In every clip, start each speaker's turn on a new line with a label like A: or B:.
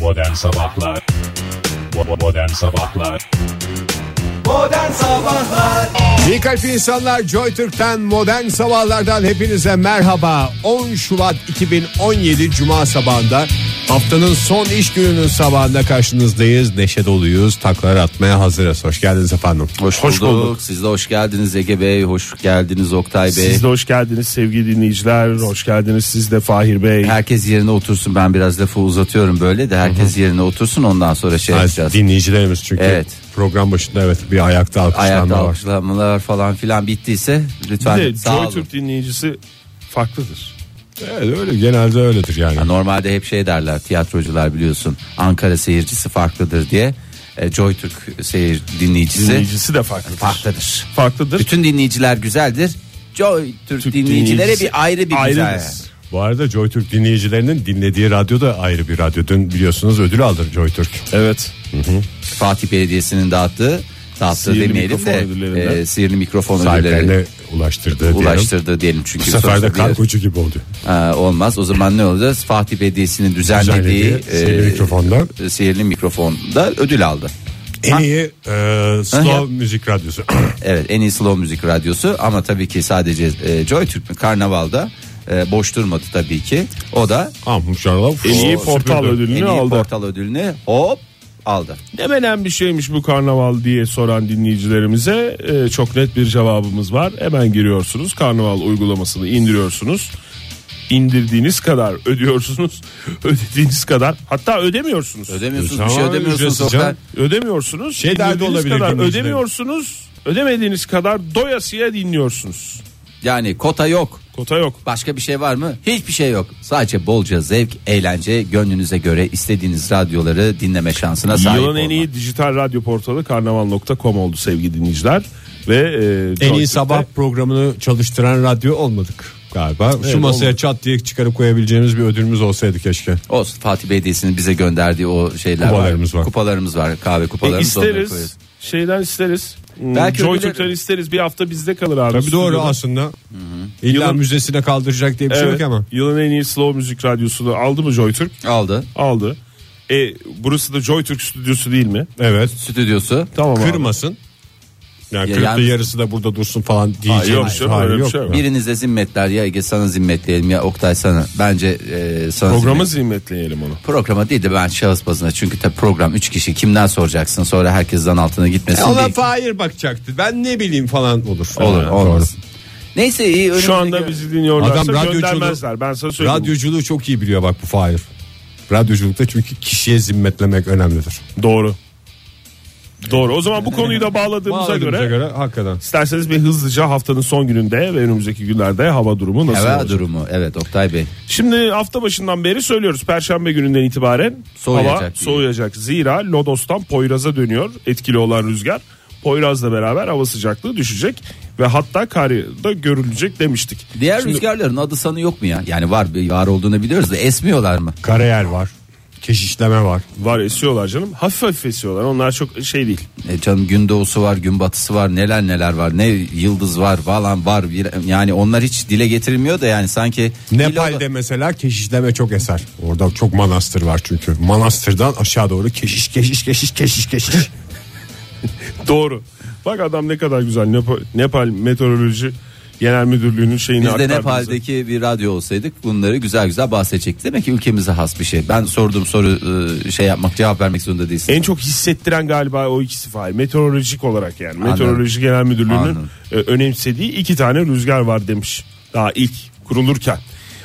A: Modern Sabahlar Bo- Modern Sabahlar
B: Modern Sabahlar
C: İyi kalp insanlar Joy Türk'ten modern sabahlardan hepinize merhaba. 10 Şubat 2017 Cuma sabahında haftanın son iş gününün sabahında karşınızdayız. Neşe doluyuz. Taklar atmaya hazırız. Hoş geldiniz efendim.
D: Hoş, bulduk. Siz de hoş geldiniz Ege Bey. Hoş geldiniz Oktay Bey.
E: Siz de hoş geldiniz sevgili dinleyiciler. Hoş geldiniz siz de Fahir Bey.
D: Herkes yerine otursun. Ben biraz lafı uzatıyorum böyle de herkes yerine otursun. Ondan sonra şey yapacağız.
C: Dinleyicilerimiz çünkü
D: Evet.
C: program başında evet bir ayakta
D: Ayakta
C: alkışlanma var.
D: alkışlamalar falan filan bittiyse
E: Bir
D: lütfen
E: de
D: sağ olun.
E: JoyTürk dinleyicisi farklıdır.
C: Evet öyle genelde öyledir yani.
D: Ya Normalde hep şey derler tiyatrocular biliyorsun Ankara seyircisi farklıdır diye. E, JoyTürk seyir dinleyicisi
E: Dinleyicisi de farklıdır.
D: farklıdır.
E: Farklıdır.
D: Bütün dinleyiciler güzeldir. JoyTürk
E: Türk
D: dinleyicilere
E: dinleyicisi
D: bir ayrı bir güzel.
E: ayrıdır.
C: Bu arada Joy Türk dinleyicilerinin dinlediği radyo da ayrı bir radyo. Dün biliyorsunuz ödül aldı Joy Türk.
E: Evet.
D: Fatih Belediyesi'nin dağıttığı dağıttığı
E: Sihirli
D: demeyelim de
E: mikrofon ödüllerinden.
D: e, sihirli mikrofon ödülleri
C: Sahiplerine ulaştırdı diyelim.
D: ulaştırdı diyelim çünkü
C: Bu sefer
D: sonuçta
C: de kan
D: bir-
C: koçu gibi oldu.
D: Ha, olmaz o zaman ne olacağız Fatih Belediyesi'nin düzenlediği e,
C: Düzenlediği sihirli mikrofondan.
D: sihirli mikrofonda ödül aldı
C: En iyi e, slow
D: Ha, yap.
C: müzik radyosu.
D: evet en iyi slow müzik radyosu ama tabii ki sadece e, Joy Türk mü Karnaval'da e, boş durmadı tabii ki o da
C: ah, maşallah.
E: En iyi
C: Oo,
E: portal
C: süpürdü.
E: ödülünü
D: en iyi
E: aldı.
D: portal ödülünü hop aldı
E: Ne menen bir şeymiş bu karnaval diye soran dinleyicilerimize e, çok net bir cevabımız var. Hemen giriyorsunuz karnaval uygulamasını indiriyorsunuz. İndirdiğiniz kadar ödüyorsunuz. Ödediğiniz kadar hatta ödemiyorsunuz.
D: ödemiyorsunuz
C: Tamam,
D: bir şey ödemiyorsunuz
C: ücretsiz
D: Oktay.
C: canım.
E: ödemiyorsunuz.
C: Şey derdi
E: dinlediğiniz
C: olabilir
E: kadar
C: dinleyicilerin.
E: ödemiyorsunuz. Ödemediğiniz kadar doyasıya dinliyorsunuz.
D: yani kota yok
E: Kota yok.
D: Başka bir şey var mı? Hiçbir şey yok. Sadece bolca zevk, eğlence, gönlünüze göre istediğiniz radyoları dinleme şansına sahip
E: Yılın
D: olmak.
E: en iyi dijital radyo portalı karnaval.com oldu sevgili dinleyiciler. Ve e,
C: En iyi
E: Joytürk'te-
C: sabah programını çalıştıran radyo olmadık galiba. Şu
E: Evet,
C: masaya çat diye çıkarıp koyabileceğimiz bir ödülümüz olsaydı keşke.
D: Olsun Fatih Belediyesi'nin bize gönderdiği o şeyler
C: Kupalarımız var.
D: Kupalarımız var. Kahve kupalarımız.
E: E,
D: onları
E: isteriz.
D: koyarız.
E: Şeyden isteriz.
D: Belki
E: Belki Joytürk'ten
D: öbürleri-
E: isteriz. Bir hafta bizde kalır abi.
C: Tabii doğru
E: Stüdyoda.
C: aslında. İlla
E: Yılın-
C: müzesine kaldıracak diye bir şey
E: Evet,
C: yok ama.
E: Yılın en iyi slow müzik radyosunu aldı mı Joytürk?
D: Aldı.
E: Aldı. E burası da Joytürk stüdyosu değil mi?
C: Evet.
D: Stüdyosu.
E: Tamam abi.
C: Kırmasın. Yani
D: Ya
C: kırıp da
D: yalnız-
C: yarısı da burada dursun falan diyeceğim.
E: yok canım, öyle bir şey yok.
D: Birinize zimmetler ya Ege sana zimmetleyelim ya Oktay sana. Bence e, sana
E: Programı
D: zimmet-
E: zimmetleyelim onu.
D: Programa değil de ben şahıs bazına çünkü tabii program 3 kişi kimden soracaksın sonra herkes zan altına
E: E,
D: gitmesin
C: Ona
D: değil.
C: Fahir bakacaktı. Ben ne bileyim falan olur.
D: Olur
C: Yani,
D: olmaz. Neyse iyi.
E: Şu
D: önümüzdeki-
E: anda bizi dinliyorlarsa
C: Adam radyoculuğu-
E: göndermezler. Ben sana söyleyeyim.
C: Radyoculuğu çok iyi biliyor bak bu Fahir. Radyoculukta çünkü kişiye zimmetlemek önemlidir.
E: Doğru. Doğru. O zaman bu konuyu da bağladığımıza, göre,
C: hakikaten.
E: isterseniz bir hızlıca haftanın son gününde ve önümüzdeki günlerde hava durumu nasıl
D: Hava
E: olacak?
D: durumu evet Oktay Bey.
E: Şimdi hafta başından beri söylüyoruz. Perşembe gününden itibaren
D: Soğuyacak
E: hava
D: diye.
E: soğuyacak. Zira Lodos'tan Poyraz'a dönüyor etkili olan rüzgar. Poyraz'la beraber hava sıcaklığı düşecek ve hatta kar da görülecek demiştik.
D: Diğer
E: Şimdi-
D: rüzgarların adı sanı yok mu ya? Yani var bir var olduğunu biliyoruz da esmiyorlar mı?
C: Karayer var. Keşişleme var.
E: Var esiyorlar canım. Hafif hafif esiyorlar. Onlar çok şey değil.
D: E canım gün doğusu var, gün batısı var, neler neler var. Ne yıldız var falan var. Bir- Yani onlar hiç dile getirilmiyor da yani sanki
C: Nepal'de mesela keşişleme çok eser. Orada çok manastır var çünkü. Manastırdan aşağı doğru keşiş keşiş keşiş keşiş keşiş.
E: Doğru. Bak adam ne kadar güzel Nepal, Nepal Meteoroloji Genel Müdürlüğü'nün şeyini
D: biz de
E: aktardı bize.
D: Nepal'deki bir radyo olsaydık bunları güzel güzel bahsedecektik. Demek ki ülkemize has bir şey. Ben sorduğum soru e, şey yapmak cevap vermek zorunda değilsin.
E: En çok hissettiren galiba o ikisi fail. Meteorolojik olarak yani. Meteoroloji Genel Müdürlüğü'nün
D: Anladım.
E: e, önemsediği iki tane rüzgar var demiş. Daha ilk kurulurken.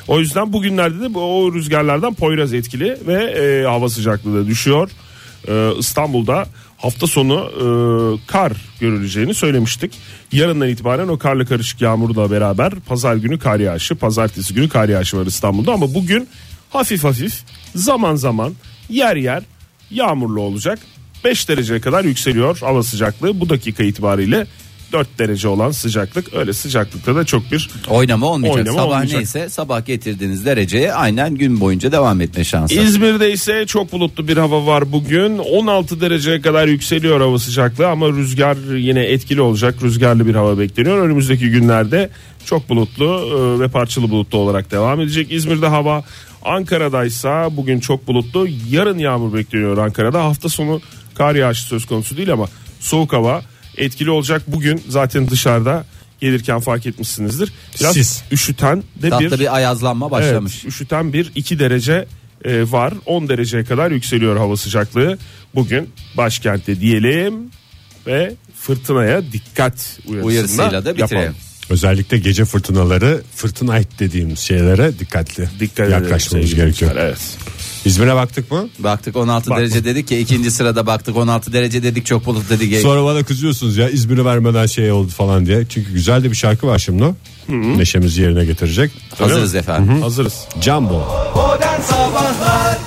E: O yüzden bugünlerde de bu, o rüzgarlardan Poyraz etkili ve e, hava sıcaklığı da düşüyor. E, İstanbul'da hafta sonu e, kar görüleceğini söylemiştik. Yarından itibaren o karla karışık yağmurla beraber pazar günü kar yağışı, pazartesi günü kar yağışı var İstanbul'da ama bugün hafif hafif zaman zaman yer yer yağmurlu olacak. 5 dereceye kadar yükseliyor hava sıcaklığı. Bu dakika itibariyle 4 derece olan sıcaklık. Öyle sıcaklıkta da çok bir
D: Oynama olmayacak.
E: Oynama
D: sabah
E: olmayacak.
D: neyse sabah getirdiğiniz dereceye aynen gün boyunca devam etme şansı.
E: İzmir'de ise çok bulutlu bir hava var bugün. 16 dereceye kadar yükseliyor hava sıcaklığı ama rüzgar yine etkili olacak. Rüzgarlı bir hava bekleniyor. Önümüzdeki günlerde çok bulutlu e, ve parçalı bulutlu olarak devam edecek. İzmir'de hava Ankara'daysa bugün çok bulutlu. Yarın yağmur bekleniyor Ankara'da. Hafta sonu kar yağışı söz konusu değil ama soğuk hava etkili olacak. Bugün zaten dışarıda gelirken fark etmişsinizdir. Biraz
C: Sis.
E: üşüten de
D: Tatlı
E: bir,
D: bir, ayazlanma
E: Evet,
D: başlamış.
E: üşüten bir 2 derece e, var. 10 dereceye kadar yükseliyor hava sıcaklığı. Bugün başkentte diyelim ve fırtınaya dikkat uyarısında
D: Uyarısıyla da bitirelim.
C: Özellikle gece fırtınaları, fırtınayt dediğimiz şeylere dikkatli
E: Dikkat edelim
C: yaklaşmamız
E: sevgili
C: gerekiyor.
E: dinleyiciler, Evet.
C: İzmir'e baktık mı?
D: Baktık 16 derece dedik ya ikinci sırada baktık 16 derece dedik çok bulut dedik.
C: Sonra bana kızıyorsunuz ya İzmir'i vermeden şey oldu falan diye. Çünkü güzel de bir şarkı var şimdi. o. Neşemizi yerine getirecek.
D: Hazırız efendim.
E: Hazırız.
C: Jumbo.
B: Modern Sabahlar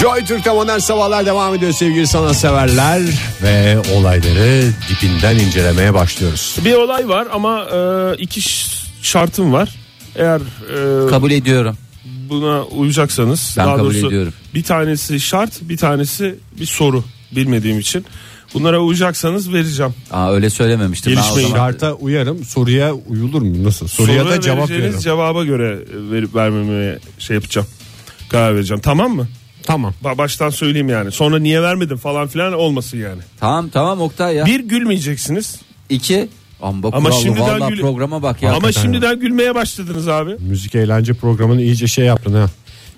C: Joy Türk'te modern sabahlar devam ediyor sevgili sanatseverler. Ve olayları dipinden incelemeye başlıyoruz.
E: Bir olay var ama e, iki ş- şartım var. Eğer e,
D: Kabul ediyorum.
E: buna uyacaksanız
D: Ben kabul ediyorum.
E: bir tanesi şart, bir tanesi bir soru bilmediğim için. Bunlara uyacaksanız vereceğim.
D: Aa öyle söylememiştim. Ben o
E: Gelişmeyi-
D: zaman-
C: Şarta uyarım soruya uyulur mu? Nasıl? Soruya
E: Soruya
C: da cevap
E: vereceğiniz
C: veririm.
E: cevaba göre verip vermemeye şey yapacağım. Karar vereceğim. Tamam mı?
C: tamam.
E: Ba- Baştan söyleyeyim yani. Sonra niye vermedim falan filan olmasın yani.
D: Tamam tamam Oktay ya.
E: Bir gülmeyeceksiniz.
D: İki. Amba
E: Ama
D: kurallı,
E: şimdiden
D: vallahi
E: gül-
D: programa bak ya.
E: Ama şimdiden gülmeye başladınız abi.
C: Müzik eğlence programını iyice şey yaptın ha.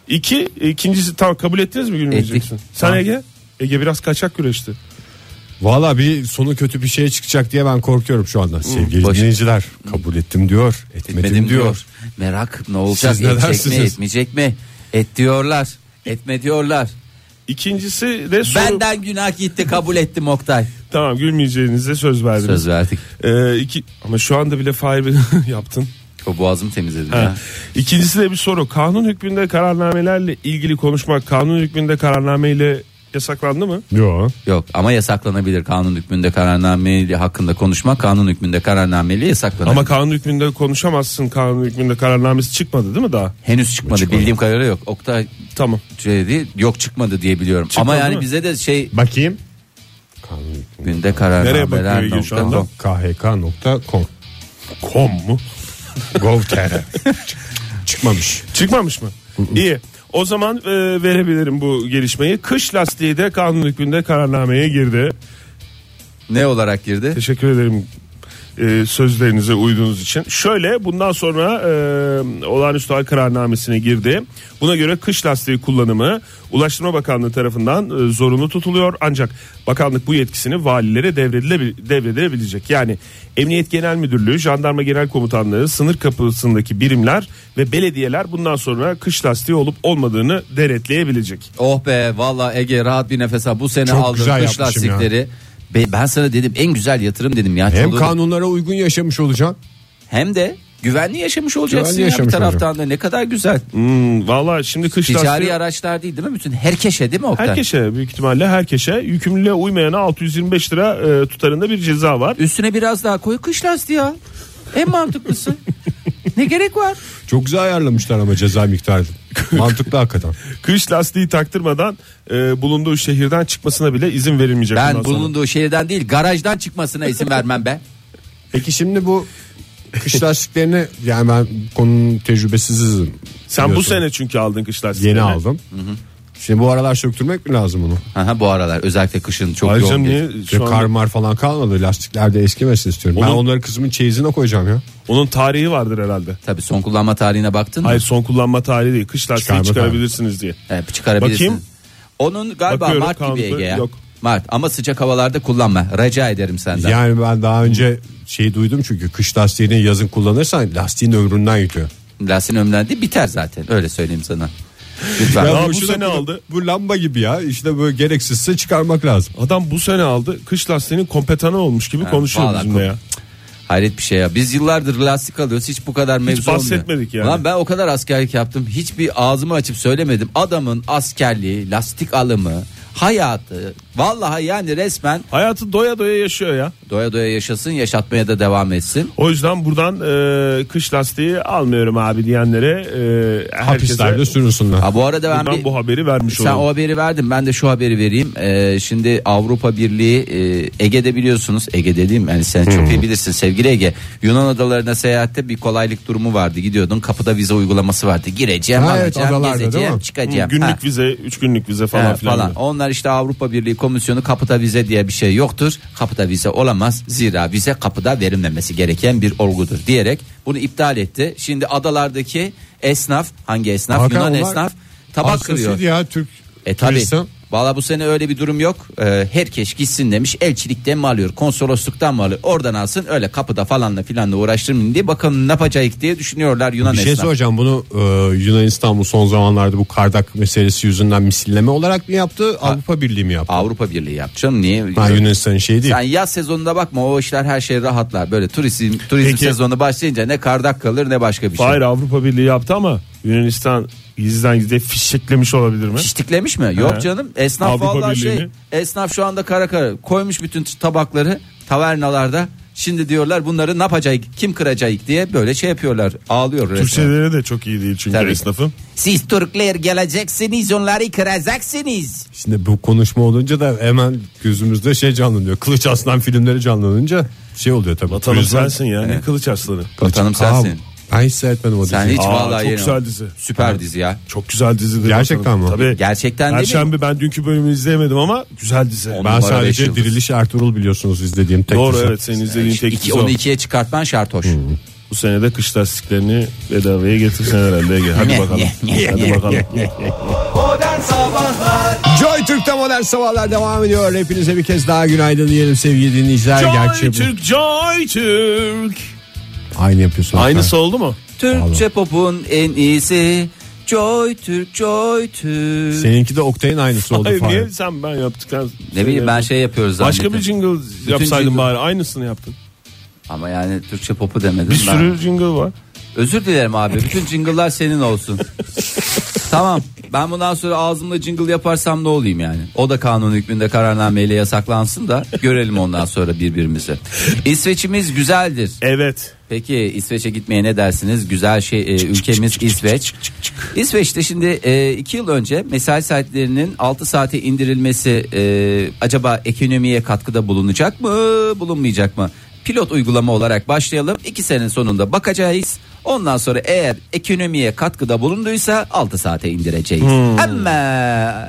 E: İki, ikincisi tam kabul ettiniz mi gülmeyeceksin?
D: Ettik.
E: Sen
D: Tamam.
E: Ege? Ege biraz kaçak güreşti.
C: Valla bir sonu kötü bir şey çıkacak diye ben korkuyorum şu anda. Sevgili
D: başı-
C: dinleyiciler kabul ettim diyor. Etmedim,
D: etmedim
C: diyor.
D: diyor. Merak ne olacak
C: Siz ne
D: edecek mi
C: dersiniz?
D: etmeyecek mi? Et diyorlar. Etme diyorlar.
E: İkincisi de soru.
D: Benden günah gitti kabul ettim Oktay.
E: Tamam gülmeyeceğinize söz verdiniz.
D: Söz verdik.
E: Ee, iki... Ama şu anda bile Fahir beni yaptın.
D: O boğazımı temizledim
E: Ha.
D: ya.
E: İkincisi de bir soru. Kanun hükmünde kararnamelerle ilgili konuşmak kanun hükmünde kararnameyle yasaklandı mı?
C: Yo.
D: Yok ama yasaklanabilir kanun hükmünde kararname hakkında konuşmak kanun hükmünde kararnameyle yasaklanabilir.
E: Ama kanun hükmünde konuşamazsın. Kanun hükmünde kararnamesi çıkmadı değil mi daha?
D: Henüz çıkmadı, bildiğim kadarıyla yok. Oktay
E: Tamam.
D: şey değil, yok çıkmadı diye biliyorum.
E: Çıkmadı
D: ama yani
E: mı?
D: bize de şey
C: Bakayım.
D: günde
E: Nereye bakıyor Ege şu anda?
D: kararnameler.
C: khk.com
E: Kom mu?
C: Gov.tr Çıkmamış.
E: Çıkmamış mı? İyi. O zaman e, verebilirim bu gelişmeyi. Kış lastiği de kanun hükmünde kararnameye girdi.
D: Ne olarak girdi?
E: Teşekkür ederim e, sözlerinize uyduğunuz için. Şöyle bundan sonra e, olağanüstü hal kararnamesine girdi. Buna göre kış lastiği kullanımı Ulaştırma Bakanlığı tarafından e, zorunlu tutuluyor. Ancak bakanlık bu yetkisini valilere devredilebil- devredilebilecek. Yani Emniyet Genel Müdürlüğü, Jandarma Genel Komutanlığı, sınır kapısındaki birimler ve belediyeler bundan sonra kış lastiği olup olmadığını denetleyebilecek.
D: Oh be valla Ege rahat bir nefes al. Bu sene
C: Çok
D: aldığın
C: güzel
D: kış
C: yapmışım
D: lastikleri. Be- Ben sana dedim en güzel yatırım dedim ya.
C: Hem
D: Çoluğu-
C: kanunlara uygun yaşamış olacaksın.
D: hem de güvenli yaşamış olacaksın
C: Güvenli
D: ya
C: yaşamış
D: bir taraftan da ne kadar güzel.
E: Hmm, Valla şimdi kış
D: Ticari
E: lastiği...
D: araçlar değil değil mi? Bütün herkese değil mi Oktay?
E: Herkese büyük ihtimalle herkese yükümlülüğe uymayana 625 lira e, tutarında bir ceza var.
D: Üstüne biraz daha koy kış lastiği ya. En mantıklısı. ne gerek var?
C: Çok güzel ayarlamışlar ama ceza miktarını. Mantıklı hakikaten.
E: Kış lastiği taktırmadan e, bulunduğu şehirden çıkmasına bile izin verilmeyecek.
D: Ben
E: bundan sonra.
D: bulunduğu şehirden değil garajdan çıkmasına izin vermem be.
C: Peki şimdi bu kış lastiklerini yani ben konunun tecrübesizim.
E: Sen bu
C: biliyorsun.
E: sene çünkü aldın kış lastiği.
C: yeni aldım. Şimdi bu aralar söktürmek mi lazım bunu?
D: Aha, bu aralar özellikle kışın çok
E: Ayrıca
D: yoğun.
E: niye
D: geçti.
E: şu anda-
C: Karmar falan kalmadı lastikler de eskimesin istiyorum. Ben
E: Onun-
C: onları kızımın çeyizine koyacağım ya.
E: Onun tarihi vardır herhalde.
D: Tabii son kullanma tarihine baktın mı?
E: Hayır son kullanma tarihi değil. Kış lastiği
C: Çıkarma
E: çıkarabilirsiniz diye.
D: Evet, çıkarabilirsin.
E: Bakayım.
D: Onun galiba
E: Bakıyorum,
D: Mart gibi
E: kanunda
D: Ege ya.
E: yok.
D: Mart ama sıcak havalarda kullanma. Rica ederim senden.
C: Yani ben daha önce şeyi duydum çünkü kış lastiğini yazın kullanırsan lastiğin ömründen gidiyor.
D: Lastiğin ömründen değil, biter zaten. Öyle söyleyeyim sana. Lütfen.
E: Ya bu
C: boşuna
E: sene
C: bu-
E: aldı.
C: Bu lamba gibi ya işte böyle gereksizse çıkarmak lazım.
E: Adam bu sene aldı. Kış lastiğinin kompetanı olmuş gibi
D: Ha,
E: konuşuyor
D: vallahi
E: bizimle
D: kom-
E: ya.
D: Hayret bir şey ya. Biz yıllardır lastik alıyoruz. Hiç bu kadar mevzu
E: bahsetmedik
D: olmuyor.
E: yani.
D: Lan ben o kadar askerlik yaptım. Hiçbir ağzımı açıp söylemedim. Adamın askerliği, lastik alımı, hayatı. Vallahi yani resmen
E: Hayatı doya doya yaşıyor ya.
D: Doya doya yaşasın yaşatmaya da devam etsin.
E: O yüzden buradan e, kış lastiği almıyorum abi diyenlere e,
C: Hapislerde
E: herkese
C: sürünsünler.
D: Ha bu arada ben
E: buradan
D: bir-
E: bu haberi vermiş
D: Sen
E: olalım.
D: o haberi verdin ben de şu haberi vereyim. Ee, şimdi Avrupa Birliği e, Ege'de biliyorsunuz Ege dediğim yani sen
C: Hmm.
D: çok iyi bilirsin sevgili Ege. Yunan adalarına seyahatte bir kolaylık durumu vardı gidiyordun kapıda vize uygulaması vardı. Gireceğim
C: Ha, evet,
D: alacağım
C: adalarda değil
D: gezeceğim
C: mi?
D: çıkacağım.
E: Günlük
D: Ha.
E: vize, 3 günlük vize
D: Ha,
E: falan filan.
D: falan. Onlar işte Avrupa Birliği Komisyonu kapıda vize diye bir şey yoktur. Kapıda vize olamaz. Zira vize kapıda verilmemesi gereken bir olgudur diyerek bunu iptal etti. Şimdi adalardaki esnaf hangi esnaf?
C: Hakan,
D: Yunan
C: onlar
D: esnaf tabak kırıyor.
C: Hastasıydı ya Türk
D: E tabi.
C: turistin.
D: Valla bu sene öyle bir durum yok. Ee, herkes gitsin demiş. Elçilikten mi alıyor? Konsolosluktan mı alıyor? Oradan alsın. Öyle kapıda falanla filanla uğraştırmayın diye. Bakın ne yapacak diye düşünüyorlar Yunan
C: Bir şey
D: esnaf.
C: soracağım bunu e, Yunanistan bu son zamanlarda bu kardak meselesi yüzünden misilleme olarak mı yaptı Avrupa Birliği mi yaptı?
D: Avrupa Birliği yapacağım. Niye?
C: Ha, Yunanistan'ın şeyi değil.
D: Sen yaz sezonuna bakma o işler her şey rahatlar. Böyle turizm turizm
E: Peki.
D: sezonu başlayınca ne kardak kalır ne başka bir şey.
E: Hayır Avrupa Birliği yaptı ama Yunanistan gizliden gizli fişeklemiş olabilir mi?
D: Fiştiklemiş mi? Yok
E: He.
D: canım. Esnaf
E: Avrupa
D: vallahi
E: Birliği'ni.
D: şey. Esnaf şu anda kara kara koymuş bütün tabakları tavernalarda. Şimdi diyorlar bunları ne yapacak? Kim kıracak diye böyle şey yapıyorlar. Ağlıyor resmen.
E: Türkçeleri de çok iyi değil çünkü
D: Tabii.
E: esnafın.
D: Siz Türkler geleceksiniz, onları kıracaksınız.
C: Şimdi bu konuşma olunca da hemen gözümüzde şey canlanıyor. Kılıç Aslan filmleri canlanınca şey oluyor tabii.
E: Vatanım
C: Turizm-
E: sensin ya ne kılıç aslanı.
C: Kılıç-
D: Vatanım
C: Aa,
D: sensin.
C: Ben hiç seyretmedim o
D: Sen
C: diziyi.
D: hiç
E: Aa,
D: vallahi
E: çok
D: yeni-
E: güzel dizi.
D: Süper dizi ya.
E: Çok güzel dizidir.
C: Gerçekten
E: Vatanım.
C: mi?
E: Tabii.
D: Gerçekten değil mi?
E: Perşembe ben dünkü bölümü izleyemedim ama güzel dizi.
D: On-
C: Ben
D: Numara beş
C: sadece
D: yıldız.
C: Diriliş Ertuğrul biliyorsunuz izlediğim tek
E: Doğru
C: dizi.
E: evet senin izlediğin tek
D: İki-
E: dizi o. Hmm.
D: onu ikiye çıkartman şart hoş.
E: Bu sene de kış lastiklerini bedavaya getirsen herhalde Ege. Hadi
D: Ne,
E: bakalım.
D: ne, ne,
E: Hadi
D: ne,
E: bakalım.
B: Modern Sabahlar
C: Joy Türk'te modern sabahlar devam ediyor. Hepinize bir kez daha günaydın diyelim sevgili dinleyiciler.
E: Joy
C: Gerçi bu-
E: Türk, Joy Türk.
C: Aynı yapıyorsunuz.
E: Aynısı oldu mu?
D: Türkçe pop'un en iyisi Joy Türk Joy Türk.
E: Şey-
C: Seninki de Oktay'ın aynısı oldu.
E: Hayır
C: Fahir.
E: niye sen ben yaptıktan
D: Ne bileyim ben şey yapıyoruz
E: Başka
D: zannettim.
E: bir jingle yapsaydın
D: jingle-
E: bari aynısını yaptın.
D: Ama yani Türkçe popu demedim.
E: Bir
D: ben.
E: sürü jingle var.
D: Özür dilerim abi. Bütün jingle'lar senin olsun. tamam. Ben bundan sonra ağzımla jingle yaparsam ne olayım yani? O da kanun hükmünde kararnameyle yasaklansın da görelim ondan sonra birbirimizi. İsveç'imiz güzeldir.
E: Evet.
D: Peki İsveç'e gitmeye ne dersiniz? Güzel şey e, ülkemiz İsveç. İsveç'te şimdi 2 yıl önce mesai saatlerinin 6 saate indirilmesi e, acaba ekonomiye katkıda bulunacak mı bulunmayacak mı? Pilot uygulama olarak başlayalım. 2 senenin sonunda bakacağız. Ondan sonra eğer ekonomiye katkıda bulunduysa 6 saate indireceğiz. Ama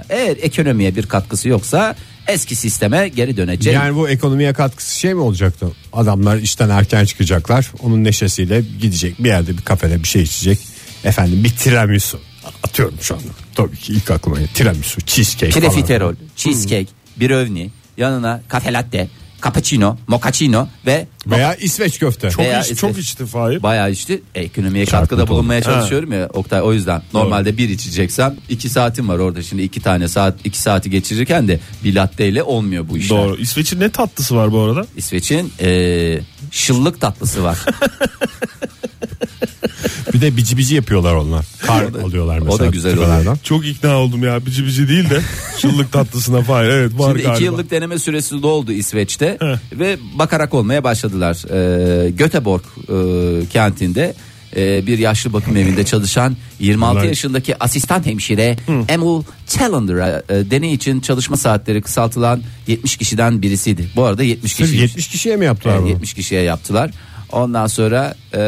D: eğer ekonomiye bir katkısı yoksa eski sisteme geri döneceğiz.
C: Yani bu ekonomiye katkısı şey mi olacaktı? Adamlar işten erken çıkacaklar. Onun neşesiyle gidecek bir yerde bir kafede bir şey içecek. Efendim bir tiramisu. Atıyorum şu anda. Tabii ki ilk aklıma geliyor. Tiramisu, cheesecake falan.
D: Prefiterol,
E: Hmm.
D: cheesecake, brownie, yanına kafe latte, cappuccino, mochaccino ve
C: Veya İsveç köfte.
E: Çok,
D: Veya
E: iç,
D: işte-
E: çok içti Fahir.
D: bayağı işte ekonomiye
C: Çarpıntı
D: katkıda
C: oldu.
D: bulunmaya çalışıyorum ya Oktay o yüzden normalde bir içeceksem iki saatim var orada şimdi iki tane saat iki saati geçirirken de bir latteyle olmuyor bu işler.
E: Doğru. İsveç'in ne tatlısı var bu arada?
D: İsveç'in eee, şıllık tatlısı var.
C: Bir de bici bici yapıyorlar onlar. Kar
D: O da-
C: alıyorlar
D: o da
C: mesela.
D: güzel
C: tüfelerden.
D: oluyor.
E: Çok ikna oldum ya. Bici bici değil de şıllık tatlısına Fahir. Evet var
D: Şimdi
E: galiba.
D: iki yıllık deneme süresi doldu İsveç'te ve bakarak olmaya başladılar. Ee, Göteborg e, kentinde e, bir yaşlı bakım evinde çalışan 26 yaşındaki asistan hemşire Emil Challender'a e, deney için çalışma saatleri kısaltılan 70 kişiden birisiydi. Bu arada 70
C: Sırf
D: kişi
C: 70 kişiye mi yaptılar
D: yani
C: bunu?
D: 70 kişiye yaptılar. Ondan sonra e,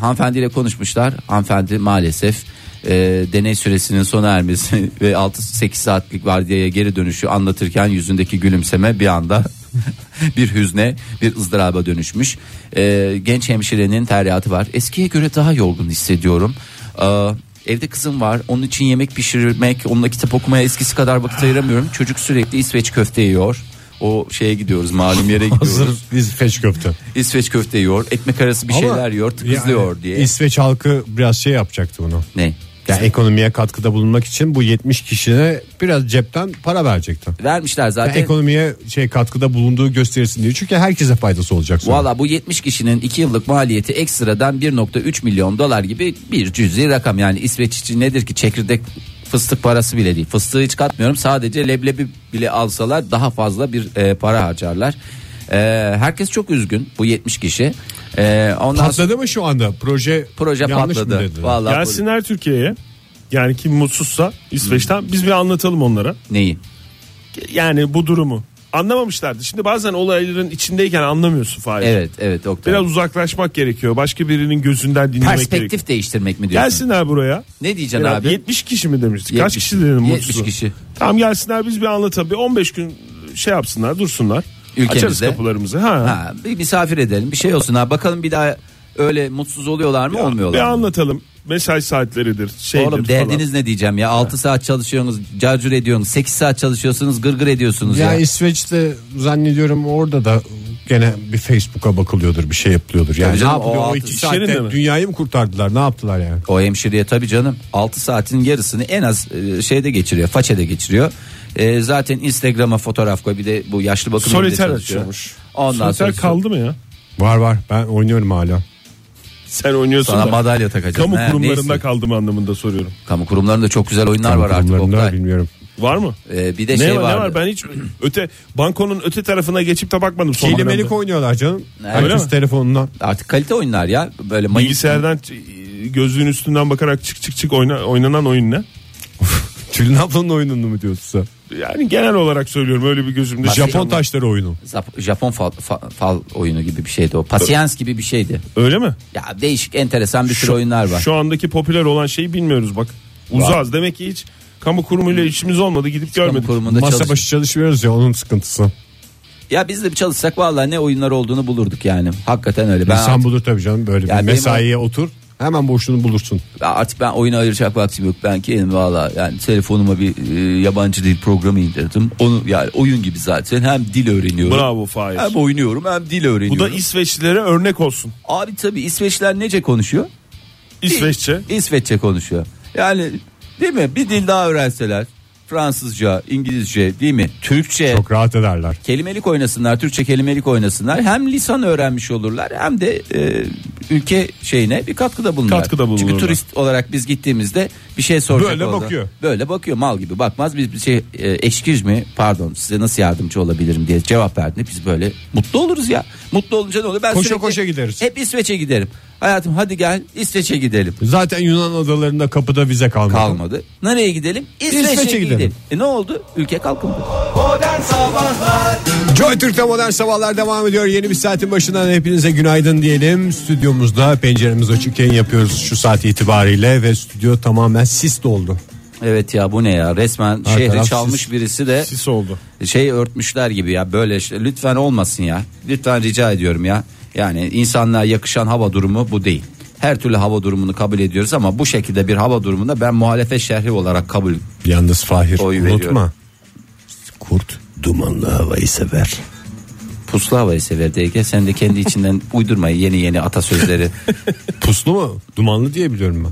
D: hanımefendiyle konuşmuşlar. Hanımefendi maalesef e, deney süresinin sona ermesi ve 6-8 saatlik vardiyaya geri dönüşü anlatırken yüzündeki gülümseme bir anda bir hüzne bir ızdıraba dönüşmüş. E, genç hemşirenin teriyatı var. Eskiye göre daha yorgun hissediyorum. E, Evde kızım var. Onun için yemek pişirmek, onunla kitap okumaya eskisi kadar vakit ayıramıyorum. Çocuk sürekli İsveç köfte yiyor. O şeye gidiyoruz, malum yere
C: Hazır
D: gidiyoruz.
C: İsveç köfte.
D: İsveç köfte yiyor, ekmek arası bir şeyler yiyor, tıkızlıyor
C: yani
D: diye.
C: İsveç halkı biraz şey yapacaktı bunu.
D: ne?
C: Yani ekonomiye katkıda bulunmak için bu 70 kişiye biraz cepten para verecekti.
D: Vermişler
C: Yani
D: zaten.
C: ekonomiye şey katkıda bulunduğu gösterilsin diye. Çünkü herkese faydası olacak. sonra.
D: Valla bu 70 kişinin 2 yıllık maliyeti ekstradan 1.3 milyon dolar gibi bir cüzi rakam. Yani İsveç için nedir ki çekirdek fıstık parası bile değil. Fıstığı hiç katmıyorum. Sadece leblebi bile alsalar daha fazla bir e, para harcarlar. Ee, herkes çok üzgün bu 70 kişi. Ee, ondan sonra
C: Patladı mı şu anda proje?
D: proje
C: yanlış mı
D: patladı.
C: dedi?
D: Vallahi
E: Gelsinler Türkiye'ye. Yani kim mutsuzsa
D: Hmm.
E: İsveç'ten biz bir anlatalım onlara.
D: bu- neyi?
E: Yani bu durumu. Anlamamışlardı. Şimdi bazen olayların içindeyken anlamıyorsun Fahir.
D: Evet evet Oktay.
E: Biraz uzaklaşmak gerekiyor. Başka birinin gözünden dinlemek gerekiyor.
D: Perspektif değiştirmek mi diyorsun?
E: Gelsinler buraya.
D: Ne diyeceksin
E: Ya
D: abi?
E: 70 kişi mi demiştik? Kaç
D: 70
E: kişi dedim
D: 70
E: mutsuzu?
D: kişi.
E: Tamam gelsinler biz bir anlatalım. Bir 15 gün şey yapsınlar dursunlar.
D: Ülkemizde.
E: Açarız kapılarımızı. Ha.
D: Ha, bir misafir edelim bir şey olsun ha. Bakalım bir daha öyle mutsuz oluyorlar mı
E: Bir
D: olmuyorlar mı?
E: anlatalım. Mesai saatleridir. Şeydir
D: Oğlum
E: falan.
D: derdiniz ne diyeceğim ya 6 saat çalışıyorsunuz carcur ediyorsunuz 8 saat çalışıyorsunuz gırgır ediyorsunuz
C: Ya
D: ya.
C: İsveç'te zannediyorum orada da gene bir Facebook'a bakılıyordur bir şey yapılıyordur.
D: Tabii
C: Yani
D: canım,
C: ne yapılıyor
D: o
C: o,
D: altı
C: iki
E: işlerinde mi?
C: saatte dünyayı mı kurtardılar ne yaptılar yani?
D: O hemşireye tabii canım 6 saatin yarısını en az e, şeyde geçiriyor façede geçiriyor. E, zaten Instagram'a fotoğraf koy bir de bu yaşlı bakım evinde
E: Soliter
D: çalışıyor.
E: açıyormuş.
D: Ondan
E: Soliter
D: sonra
E: kaldı mı ya?
C: Var var ben oynuyorum hala.
E: Sen oynuyorsun
D: sana
E: da.
D: madalya takacağız.
E: Kamu
D: Ha,
E: kurumlarında
D: neyse.
E: kaldı mı anlamında soruyorum.
D: Kamu kurumlarında çok güzel oyunlar var artık
C: Kurumlarında
D: Oktay.
C: bilmiyorum.
E: Var mı?
D: E, bir de
E: ne,
D: şey
E: var, ne
D: vardı.
E: var? Ben hiç öte bankonun öte tarafına geçip de bakmadım. son
C: Kelimelik
E: dönemde.
C: oynuyorlar canım.
E: Öyle
C: Herkes
E: mi?
C: telefonundan.
D: Artık kalite oyunlar ya. Böyle mayın-
E: Bilgisayardan e, gözlüğün üstünden bakarak çık çık çık oyna, oynanan oyun ne?
C: Tülin ablanın oyununu mu diyorsun sen?
E: Yani genel olarak söylüyorum öyle bir gözümde.
C: Japon taşları oyunu.
D: Zap- Japon fal, fa- fal oyunu gibi bir şeydi o. Pasiyans gibi bir şeydi.
E: Öyle mi?
D: Ya değişik enteresan bir sürü oyunlar var.
E: Şu andaki popüler olan şeyi bilmiyoruz bak. Uzağız demek ki hiç kamu kurumuyla işimiz olmadı gidip
D: Kamu
E: görmedik.
D: kurumunda
C: Masa
D: çalış-
C: başı çalışmıyoruz ya onun sıkıntısı.
D: Ya biz de bir çalışsak vallahi ne oyunlar olduğunu bulurduk yani. Hakikaten öyle. Ben
C: İnsan
D: artık,
C: bulur tabii canım böyle
D: Ya
C: bir
D: benim
C: mesaiye otur hemen boşluğunu bulursun.
D: artık ben oyuna ayıracak vaktim yok. Ben kendim valla yani telefonuma bir e, yabancı dil programı indirdim. Onu yani oyun gibi zaten hem dil öğreniyorum.
E: Bravo Fahir.
D: Hem oynuyorum hem dil
E: Bu
D: öğreniyorum.
E: da İsveçlilere örnek olsun.
D: Abi tabii İsveçler nece konuşuyor?
E: İsveççe.
D: İsveççe konuşuyor. Yani değil mi? Bir dil daha öğrenseler. Fransızca, İngilizce değil mi? Türkçe.
C: Çok rahat ederler.
D: Kelimelik oynasınlar, Türkçe kelimelik oynasınlar. Hem lisan öğrenmiş olurlar hem de e, ülke şeyine bir katkıda bulunurlar.
E: Katkıda bulunurlar.
D: Çünkü turist olarak biz gittiğimizde bir şey soracak
C: Böyle
D: orada.
C: bakıyor.
D: Böyle bakıyor mal gibi bakmaz. Biz bir şey e, eşkiz mi pardon size nasıl yardımcı olabilirim diye cevap verdiğinde biz böyle mutlu oluruz ya. Mutlu olunca ne olur? Ben
C: Koşa
D: sürekli
C: koşa gideriz.
D: Hep İsveç'e giderim. Hayatım hadi gel İsveç'e gidelim.
C: Zaten Yunan adalarında kapıda vize kalmadı.
D: Kalmadı. Nereye gidelim? İsveç'e,
C: İsveç'e
D: gidelim.
C: gidelim.
D: E ne oldu? Ülke kalkındı.
B: Modern Sabahlar
C: Joy Türk'te modern sabahlar devam ediyor. Yeni bir saatin başından hepinize günaydın diyelim. Stüdyomuzda penceremiz açık yayın yapıyoruz şu saat itibariyle ve stüdyo tamamen sis doldu.
D: Evet ya bu ne ya resmen şehri
C: taraf
D: çalmış
C: sis-
D: birisi de
E: Sis oldu.
D: şey örtmüşler gibi ya böyle işte lütfen olmasın ya lütfen rica ediyorum ya yani insanlığa yakışan hava durumu bu değil her türlü hava durumunu kabul ediyoruz ama bu şekilde bir hava durumunda ben muhalefet şehri olarak kabul
C: Yalnız Fahir
D: Oy
C: unutma.
D: veriyorum.
C: Kurt dumanlı havayı sever.
D: puslu havayı sever DG sen de kendi içinden uydurmayı yeni yeni atasözleri
C: Puslu mu? Dumanlı diye biliyorum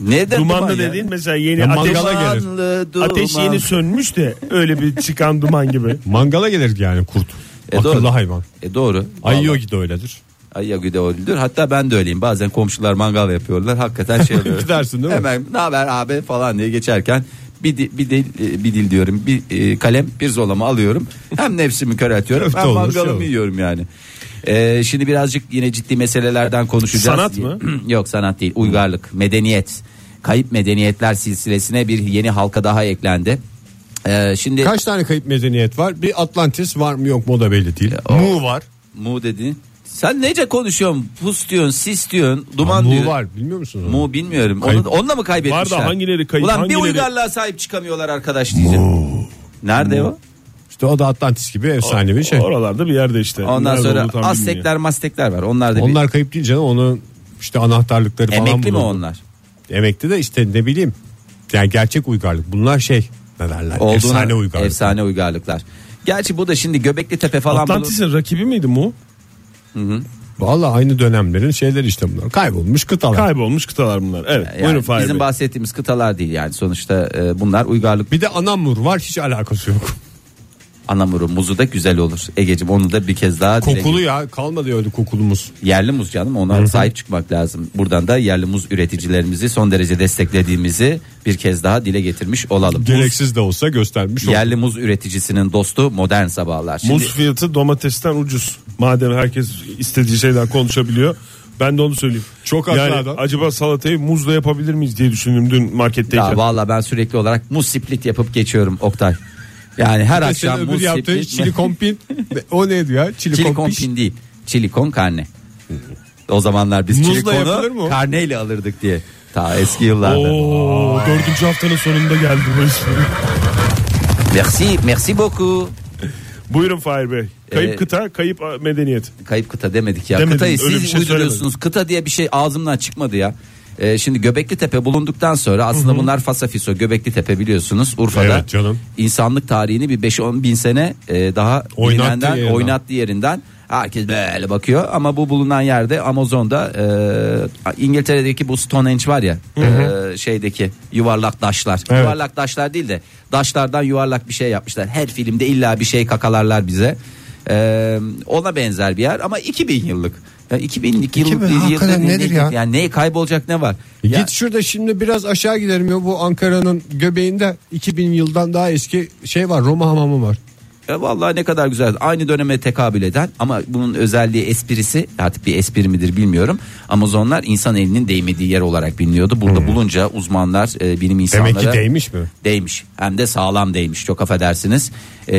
C: ben.
D: neden
E: Dumanlı
D: duman ya?
E: dediğin mesela yeni
C: Ya
E: ateş,
C: mangala gelir.
D: Dumanlı duman.
E: ateş yeni sönmüş de öyle bir çıkan duman gibi.
C: Mangala gelir yani kurt.
D: E
C: Akıllı
D: doğru.
C: hayvan.
D: e doğru
C: Ayyo gidi öyledir.
D: Ayyagude öldür. Hatta ben de öyleyim. Bazen komşular mangal yapıyorlar. Hakikaten şey oluyor.
C: Gidersin değil mi?
D: Hemen ne haber abi falan diye geçerken bir, di- bir dil e, bir dil diyorum. Bir e, kalem bir zolama alıyorum. Hem nefsimi köreltiyorum
C: Köfte
D: hem
C: olur,
D: mangalımı
C: şey olur.
D: yiyorum yani. Ee, şimdi birazcık yine ciddi meselelerden konuşacağız.
E: Sanat mı?
D: Yok sanat değil. Uygarlık, medeniyet. Kayıp medeniyetler silsilesine bir yeni halka daha eklendi. Ee, şimdi
C: Kaç tane kayıp medeniyet var? Bir Atlantis var mı yok mu o da belli değil. Mu var.
D: mu dedi. Sen nece konuşuyorsun? Pus diyorsun, sis diyorsun, duman
C: Mu
D: diyorsun.
C: var bilmiyor musunuz? onu?
D: Mu bilmiyorum. Onu,
C: Kayıp.
D: onunla mı kaybetmişler?
E: Var da hangileri kayıp,
D: Ulan
E: hangileri-
D: bir uygarlığa sahip çıkamıyorlar arkadaş diyeceğim. Nerede o?
C: İşte o da Atlantis gibi efsane bir şey.
E: Oralarda bir yerde işte.
D: Ondan
E: Nerede
D: sonra
E: olduğu tam bilmiyorum.
D: Aztekler, Mastekler var. Onlar da bir-
C: Onlar kayıp değil canım onun işte anahtarlıkları falan
D: emekli mi
C: bulundu.
D: onlar?
C: Emekli de işte ne bileyim. Yani gerçek uygarlık. Bunlar şey ne derler?
D: Olduğuna-
C: efsane uygarlık.
D: Efsane uygarlıklar. Gerçi bu da şimdi Göbekli Tepe falan bulun-
E: Atlantis'in rakibi miydi mu?
C: Valla aynı dönemlerin şeyleri işte bunlar. Kaybolmuş kıtalar.
E: Kaybolmuş kıtalar bunlar. Evet.
D: Yani
E: Buyurun Fahir
D: bizim
E: Bey.
D: bahsettiğimiz kıtalar değil yani sonuçta e, bunlar uygarlık.
C: bir de Anamur var hiç alakası yok.
D: Anamuru muzu da güzel olur. Egeciğim onu da bir kez daha dile
C: Kokulu ya kalmadı öyle kokulumuz.
D: yerli muz canım ona sahip çıkmak lazım. Buradan da yerli muz üreticilerimizi son derece desteklediğimizi bir kez daha dile getirmiş olalım.
C: Gereksiz de olsa göstermiş
D: Muz,
C: olduk.
D: yerli muz üreticisinin dostu modern sabahlar. Şimdi
E: Muz fiyatı domatesten ucuz. Madem herkes istediği şeyden konuşabiliyor. Ben de onu söyleyeyim.
C: Çok haklı
E: yani,
C: adam.
E: Acaba salatayı muzla yapabilir miyiz diye düşündüm dün marketteyken.
D: ya valla ben sürekli olarak muz split yapıp geçiyorum Oktay. Yani her
C: Senin
D: akşam
C: öbür
D: muz
C: yaptığın
D: split.
C: çili kompin. O neydi ya? Çili,
D: Çili
C: kompin.
D: kompin değil. Çili con carne. O zamanlar biz
C: Muzla
D: çili
C: yapılır mı
D: konu
C: o?
D: karneyle alırdık diye. Ta eski yıllarda.
E: Oo, dördüncü haftanın sonunda geldi bu iş.
D: Merci, merci beaucoup.
E: Buyurun Fahir Bey. Kayıp
D: Ee,
E: kıta, kayıp a, medeniyet.
D: Kayıp kıta demedik ya.
E: Demedim,
D: Kıtayı
E: öyle
D: siz
E: bir şey
D: uyduruyorsunuz. Kıta diye bir şey ağzımdan çıkmadı ya. Ee, şimdi Göbekli Tepe bulunduktan sonra aslında bunlar Fasafiso Göbekli Tepe biliyorsunuz Urfa'da.
C: Evet canım.
D: İnsanlık tarihini bir 5-10 bin sene e, daha
C: Oynattı
D: bilinenden,
C: yerinden.
D: oynattı yerinden herkes böyle bakıyor ama bu bulunan yerde Amazon'da e, İngiltere'deki bu Stonehenge var ya e, şeydeki yuvarlak daşlar yuvarlak daşlar değil de daşlardan yuvarlak bir şey yapmışlar her filmde illa bir şey kakalarlar bize E, ona benzer bir yer ama 2000 yıllık ya 2000'lik yıl,
C: 2000,
D: yılda
C: hakikaten
D: ne-
C: nedir ya? E
D: Yani neye kaybolacak ne var? Ya-
C: Git şurada şimdi biraz aşağı gidelim ya bu Ankara'nın göbeğinde 2000 yıldan daha eski şey var Roma hamamı var.
D: E vallahi ne kadar güzel. Aynı döneme tekabül eden ama bunun özelliği esprisi artık bir espri midir bilmiyorum. Amazonlar insan elinin değmediği yer olarak biliniyordu. Burada bulunca uzmanlar e, bilim insanları
C: Hmm. değmiş mi?
D: Değmiş. Hem de sağlam değmiş. Çok affedersiniz. E,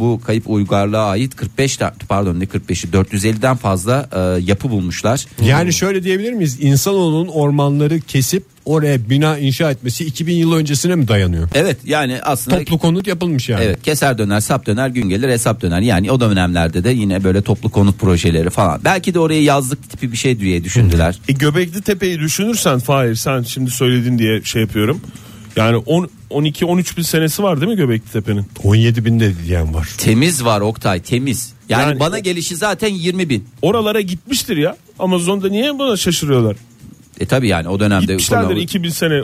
D: bu kayıp uygarlığa ait 45 ta- pardon ne 45'i 450'den fazla e, yapı bulmuşlar.
C: Yani şöyle diyebilir miyiz? İnsanoğlunun ormanları kesip oraya bina inşa etmesi 2000 yıl öncesine mi dayanıyor?
D: Evet yani aslında
C: Toplu konut yapılmış yani.
D: Evet keser döner sap döner gün gelir hesap döner yani o dönemlerde de yine böyle toplu konut projeleri falan belki de oraya yazlık tipi bir şey diye düşündüler.
E: E, Göbekli Tepe'yi düşünürsen Fahir sen şimdi söyledin diye şey yapıyorum. Yani 12-13 bin senesi var değil mi Göbekli Tepe'nin?
C: 17 bin de diyen var.
D: Temiz var Oktay temiz yani,
E: Yani-
D: bana gelişi zaten 20 bin.
E: Oralara gitmiştir ya. Amazon'da niye buna şaşırıyorlar?
D: E tabi yani o dönemde
E: Gitmişlerdir
D: konu-
E: 2000 sene.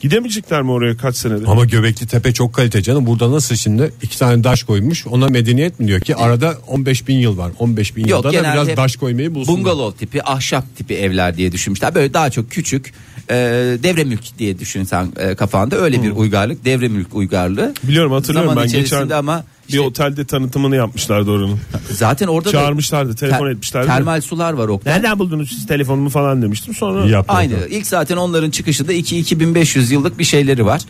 E: Gidemeyecekler mi oraya kaç senedir?
C: Ama Göbekli Tepe çok kalite canım. Burada nasıl şimdi iki tane daş koymuş ona medeniyet mi diyor ki arada 15 bin yıl var. 15 bin
D: Yok
C: yılda da
D: genelde
C: biraz
D: hep
C: daş koymayı bulsunlar.
D: Bungalov tipi, ahşap tipi evler diye düşünmüşler. Böyle daha çok küçük e, devre mülk diye düşünsen e, kafanda öyle bir uygarlık, devre mülk uygarlığı.
E: Biliyorum hatırlıyorum
D: Zaman
E: ben
D: içerisinde
E: geçen
D: ama
E: bir
D: işte
E: otelde tanıtımını yapmışlardı oranın.
D: zaten orada da
E: Çağırmışlardı, telefon etmişlerdi.
D: Termal sular var Oktay.
E: Nereden buldunuz siz telefonumu falan demiştim. Sonra
C: Yapmadı.
D: Aynı. İlk zaten onların çıkışında 2-2500 yıllık bir şeyleri var.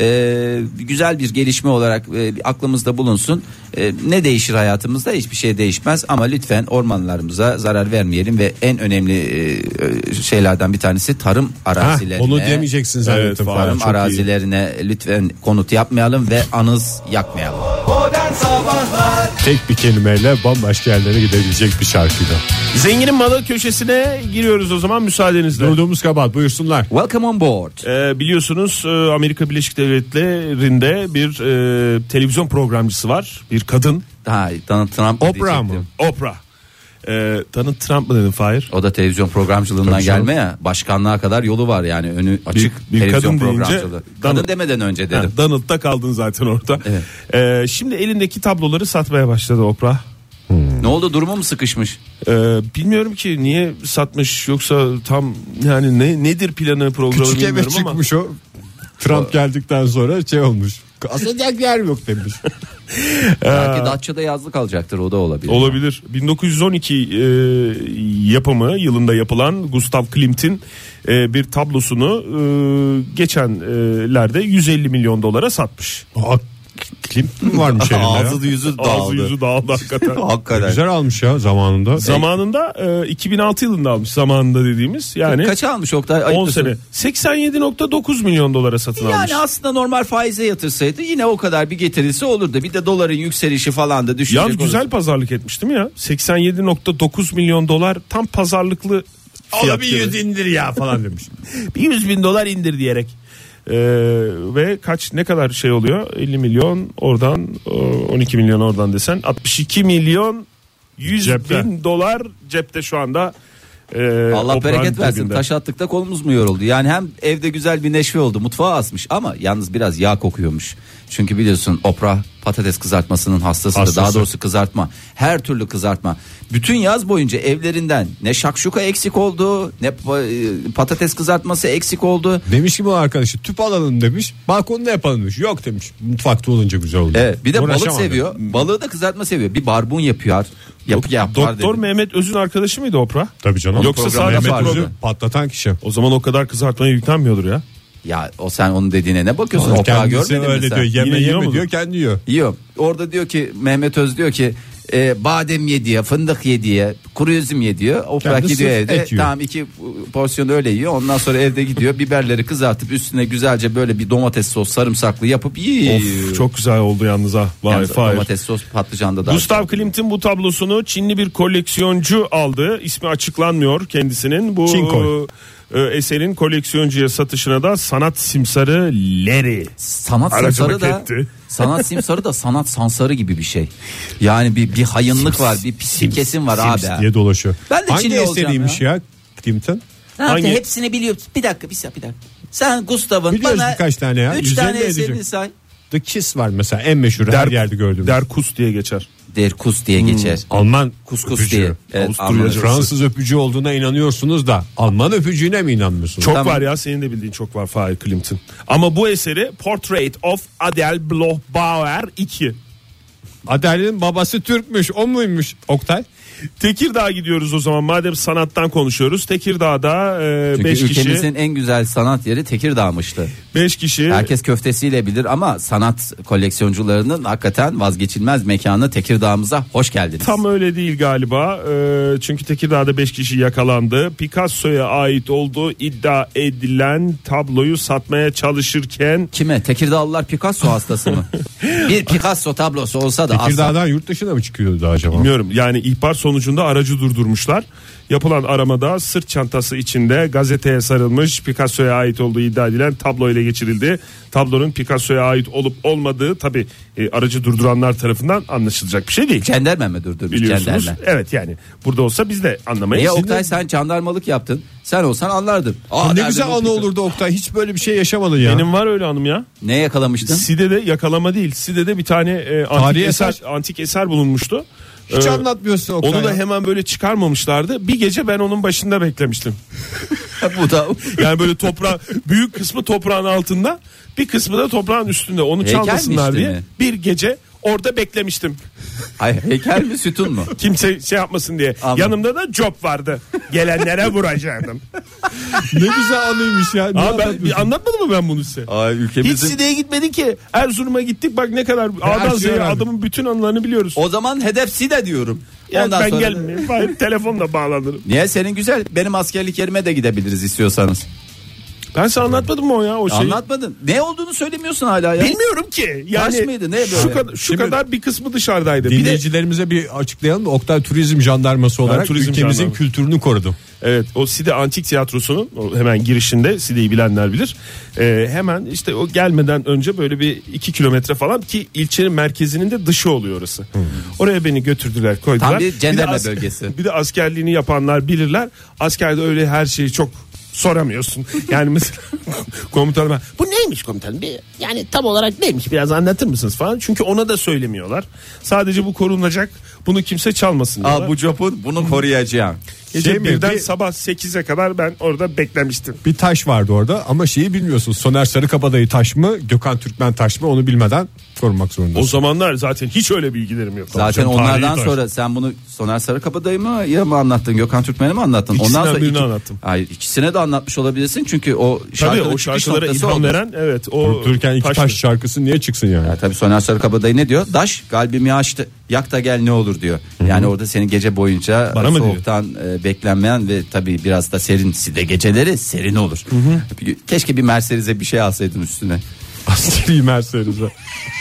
D: Ee, güzel bir gelişme olarak e, bir aklımızda bulunsun. Ee, ne değişir hayatımızda? Hiçbir şey değişmez ama lütfen ormanlarımıza zarar vermeyelim ve en önemli e, e, şeylerden bir tanesi tarım
C: Ha,
D: arazilerine.
C: onu demeyeceksin zannettim.
E: Evet,
C: falan.
D: Tarım
E: Çok iyi.
D: arazilerine lütfen konut yapmayalım ve anız yakmayalım.
B: Modern Sabahlar
C: Tek bir kelimeyle bambaşka yerlere gidebilecek bir şarkıydı.
E: Zenginin malı köşesine giriyoruz o zaman müsaadenizle.
C: Durduğumuz kabahat buyursunlar.
D: Welcome on board.
E: Ee, biliyorsunuz e, Amerika Birleşik Devletleri'nde bir e, televizyon programcısı var. Bir kadın.
D: Ha, Donald Trump
C: Oprah mı?
D: diyecektim.
E: Oprah. Ee, Tanı Trump mı dedin Fahir?
D: O da televizyon programcılığından gelme ya başkanlığa kadar yolu var yani önü açık
E: bir
D: televizyon
E: kadın deyince
D: programcılığı.
E: Donald-
D: kadın demeden önce dedim.
E: Ha, Donald'da kaldın zaten orada.
D: Evet.
E: Ee, şimdi elindeki tabloları satmaya başladı Oprah.
D: Ne oldu durumu mu sıkışmış?
E: Ee, bilmiyorum ki niye satmış yoksa tam yani ne nedir planı programı
C: Küçük eve
E: bilmiyorum ama.
C: çıkmış o. Trump geldikten sonra şey olmuş. Asacak yer yok demiş.
D: Belki Datça'da yazlık alacaktır o da olabilir.
E: Olabilir. 1912 e, yapımı yılında yapılan Gustav Klimt'in e, bir tablosunu e, geçenlerde 150 milyon dolara satmış.
C: Aa, Klimt mi varmış elinde ya?
D: Ağzı yüzü
E: Ağzı
D: dağıldı.
E: yüzü dağıldı hakikaten.
D: Hakikaten.
C: Güzel almış ya zamanında.
E: zamanında e, 2006 yılında almış zamanında dediğimiz yani
D: Kaça almış Oktay? Ayıp
E: 10
D: mısın?
E: sene 87.9 milyon dolara satın almış.
D: Yani aslında normal faize yatırsaydı yine o kadar bir getirisi olurdu. Bir de doların yükselişi falan da düşünecek.
E: Yalnız güzel
D: olurdu.
E: pazarlık etmiş değil mi ya? 87.9 milyon dolar tam pazarlıklı fiyat. gibi.
C: indir ya falan demiş.
E: bir 100 bin dolar indir diyerek. Ee, ve kaç ne kadar şey oluyor 50 milyon oradan e, 12 milyon oradan desen 62 milyon 100
C: Cepte.
E: bin dolar cepte şu anda e,
D: Allah
E: Oprah'ın
D: bereket versin.
E: cebinde.
D: Taş attık da kolumuz mu yoruldu? Yani hem evde güzel bir neşve oldu. Mutfağa asmış ama yalnız biraz yağ kokuyormuş. Çünkü biliyorsun Oprah patates kızartmasının hastasıdır.
E: Hastası.
D: Daha doğrusu kızartma. Her türlü kızartma. Bütün yaz boyunca evlerinden ne şakşuka eksik oldu, ne pa- e, patates kızartması eksik oldu.
C: Demiş ki bu arkadaşı tüp alalım demiş. Balkonda yapalım demiş. Yok demiş. Mutfakta olunca güzel oldu.
D: Evet, bir de balık
C: Uğraşamadı.
D: seviyor. Balığı da kızartma seviyor. Bir barbun yapıyor. Yap, yapar
E: Doktor
D: dedi.
E: Mehmet Öz'ün arkadaşı mıydı Oprah?
C: Tabii canım.
E: Onun Yoksa
D: programı
E: sadece
D: yapardı.
E: program.
C: patlatan kişi.
E: O zaman o kadar kızartmaya yüklenmiyordur ya.
D: Ya o sen onun dediğine ne bakıyorsun? Toprağı
C: Kendisi
D: görmedin mi
C: öyle
D: sen?
C: diyor. Yeme
E: Yine yiyor
C: yeme
E: mudur?
C: diyor kendi yiyor.
D: Yiyor. Orada diyor ki Mehmet Öz diyor ki e, badem ye diye, fındık ye diye, kuru üzüm ye diyor. O
C: Kendi
D: bırak gidiyor
C: sırf
D: evde.
C: et yiyor.
D: Tamam iki porsiyonu öyle yiyor. Ondan sonra evde gidiyor. Biberleri kızartıp üstüne güzelce böyle bir domates sos sarımsaklı yapıp yiyor.
E: Of çok güzel oldu yalnız ha. Vay
D: Yalnız
E: vay.
D: domates sos patlıcan da daha.
E: Gustav Klimt'in bu tablosunu Çinli bir koleksiyoncu aldı. İsmi açıklanmıyor kendisinin. Bu
C: Çinko.
E: e, eserin koleksiyoncuya satışına da sanat simsarı Leri.
D: sanat
E: Aracı
D: simsarı da
E: maketti.
D: sanat simsarı da sanat sansarı gibi bir şey. Yani bir bir hayınlık var, bir pislik kesim var abi. ha.
C: diye dolaşıyor.
D: Ben de
C: Hangi
D: Çinli olacağım
C: eseriymiş ya? Clinton?
F: Ne yaptı?
E: Hangi-
F: Hepsini biliyoruz. Bir dakika bir saniye bir dakika. Sen Gustav'ın
C: Biliyoruz
F: bana
C: birkaç tane ya.
F: Üç
C: Yüzlerini
F: tane
C: edecek.
F: eserini say.
C: The Kiss var mesela en meşhur her yerde gördüğümüz.
E: Derkus diye geçer.
D: Derkus diye geçer.
E: Hmm.
C: Alman
D: Kuskus
C: öpücüğü.
D: diye. Evet,
E: Avusturya
D: Alman-
E: Fransız.
C: Fransız öpücüğü olduğuna inanıyorsunuz da Alman öpücüğüne mi inanmıyorsunuz?
E: Çok
D: Tamam.
E: var ya senin de bildiğin çok var Fahir Klimt'in. Ama bu eseri Portrait of Adele Bloch-Bauer 2.
C: Adele'nin babası Türkmüş o muymuş Oktay?
E: Tekirdağ'a gidiyoruz o zaman madem sanattan konuşuyoruz. Tekirdağ'da
D: Çünkü
E: 5 kişi
D: ülkemizin en güzel sanat yeri Tekirdağ'mıştı.
E: 5 kişi
D: Herkes köftesiyle bilir ama sanat koleksiyoncularının hakikaten vazgeçilmez mekanı Tekirdağ'ımıza hoş geldiniz.
E: Tam öyle değil galiba. Ee, çünkü Tekirdağ'da 5 kişi yakalandı. Picasso'ya ait olduğu iddia edilen tabloyu satmaya çalışırken
D: Kime? Tekirdağlılar Picasso hastası mı? Bir Picasso tablosu olsa da aslında
C: Tekirdağ'dan yurt dışına mı çıkıyordu acaba?
E: bilmiyorum yani ihbar sonucunda aracı durdurmuşlar. Yapılan aramada sırt çantası içinde gazeteye sarılmış Picasso'ya ait olduğu iddia edilen tablo ile geçirildi. Tablonun Picasso'ya ait olup olmadığı tabi aracı durduranlar tarafından anlaşılacak bir şey değil.
D: Cenderme mi durdurmuş
E: Biliyorsunuz. E
D: cenderme?
E: Evet yani burada olsa biz de anlamayız.
D: Niye Oktay sen jandarmalık yaptın? Sen olsan anlardın. Aa,
C: Ne
D: derdin
C: güzel
D: bu
C: anı
D: Picasso.
C: olurdu Oktay hiç böyle bir şey yaşamadın ya.
E: Benim var öyle hanım ya.
D: Ne yakalamıştın?
E: Side'de yakalama değil. Side'de bir tane e, antik
C: Tarihi
E: eser,
C: eser.
E: antik eser bulunmuştu.
C: hiç
E: Ee,
C: anlatmıyorsun Oktay.
E: Onu da
C: ya.
E: hemen böyle çıkarmamışlardı. Bir gece ben onun başında beklemiştim.
D: bu da
E: Yani böyle toprağa büyük kısmı toprağın altında, bir kısmı da toprağın üstünde.
C: E,
E: Onu
D: Heykel mi
E: çalmasınlar
D: işte
E: diye
D: mi?
E: bir gece orada beklemiştim.
D: Ay, heykel mi sütun mu?
E: Kimse şey yapmasın diye.
D: Anladım.
E: Yanımda da job vardı. Gelenlere vuracaktım.
C: Ne güzel anıymış ya. Ne
E: Aa, ben,
C: anlatmıyorsun?
E: bir anlatmadım mı ben bunu size?
D: Ay
E: Hiç Side'ye gitmedi ki. Erzurum'a gittik bak ne kadar A'dan
C: E, şeyi
E: Z'ye
C: öğrendim.
E: adamın bütün anılarını biliyoruz.
D: O zaman hedef Side diyorum.
E: Yani
D: Ondan
E: ben
D: sonra da-
E: gelmeyeyim. Hayır, telefonla bağlanırım.
D: Niye senin güzel? Benim askerlik yerime de gidebiliriz istiyorsanız.
E: Ben sana anlatmadım mı o ya o şeyi?
D: Anlatmadın. Ne olduğunu söylemiyorsun hala ya.
E: Bilmiyorum ki. Yani
D: Taş mıydı, ne böyle?
E: Şu kadar, şu
C: Şimdi-
E: kadar bir kısmı dışarıdaydı. Bir de
C: Dinleyicilerimize bir açıklayalım da Oktay turizm jandarması olarak
E: turizm
C: ülkemizin
E: jandarma.
C: kültürünü korudu.
E: evet o Side Antik Tiyatrosu'nun o hemen girişinde Side'yi bilenler bilir. Ee, hemen işte o gelmeden önce böyle bir iki kilometre falan ki ilçenin merkezinin de dışı oluyor orası. Oraya beni götürdüler koydular.
D: Tam bir cenderme
E: de as-
D: bölgesi.
E: Bir de askerliğini yapanlar bilirler. Askerde öyle her şeyi çok soramıyorsun. Yani mesela komutanıma bu neymiş komutanım? Bir, yani tam olarak neymiş biraz anlatır mısınız falan. Çünkü ona da söylemiyorlar. Sadece bu korunacak. Bunu kimse çalmasın diyorlar.
D: Aa, bu copun bunu koruyacağım.
E: Gece
C: Şey mi,
E: birden
C: bir-
E: sabah 8'e kadar ben orada beklemiştim.
C: Bir taş vardı orada ama şeyi bilmiyorsun. Soner Sarıkabadayı taş mı Gökhan Türkmen taş mı onu bilmeden korumak zorundasın.
E: O zamanlar zaten hiç öyle bilgilerim yok.
D: Zaten
E: Canım,
D: onlardan
E: tarihi taş.
D: sonra sen bunu Soner Sarıkabadayı mı ya mı anlattın? Gökhan Türkmen'e mi anlattın?
E: İkisinden
D: Ondan sonra
E: birini anlattım.
D: Hayır, ikisine de anlatmış olabilirsin çünkü o
E: Tabii
D: şarkının
E: o
D: çıkış
E: şarkılara
D: noktası
E: ilham
D: oldu.
E: veren evet o
C: Durup dururken iki
E: taştı.
C: taş şarkısı niye çıksın yani?
D: Ya tabii Soner Sarıkabadayı ne diyor? Daş kalbimi açtı. Yak da gel ne olur diyor. Yani orada seni gece boyunca
E: Bana mı diyor?
D: soğuktan e, beklenmeyen ve tabii biraz da serin. Side geceleri serin olur. Keşke bir Mercedes'e bir şey alsaydın üstüne.
C: Askeri Mercedes'e.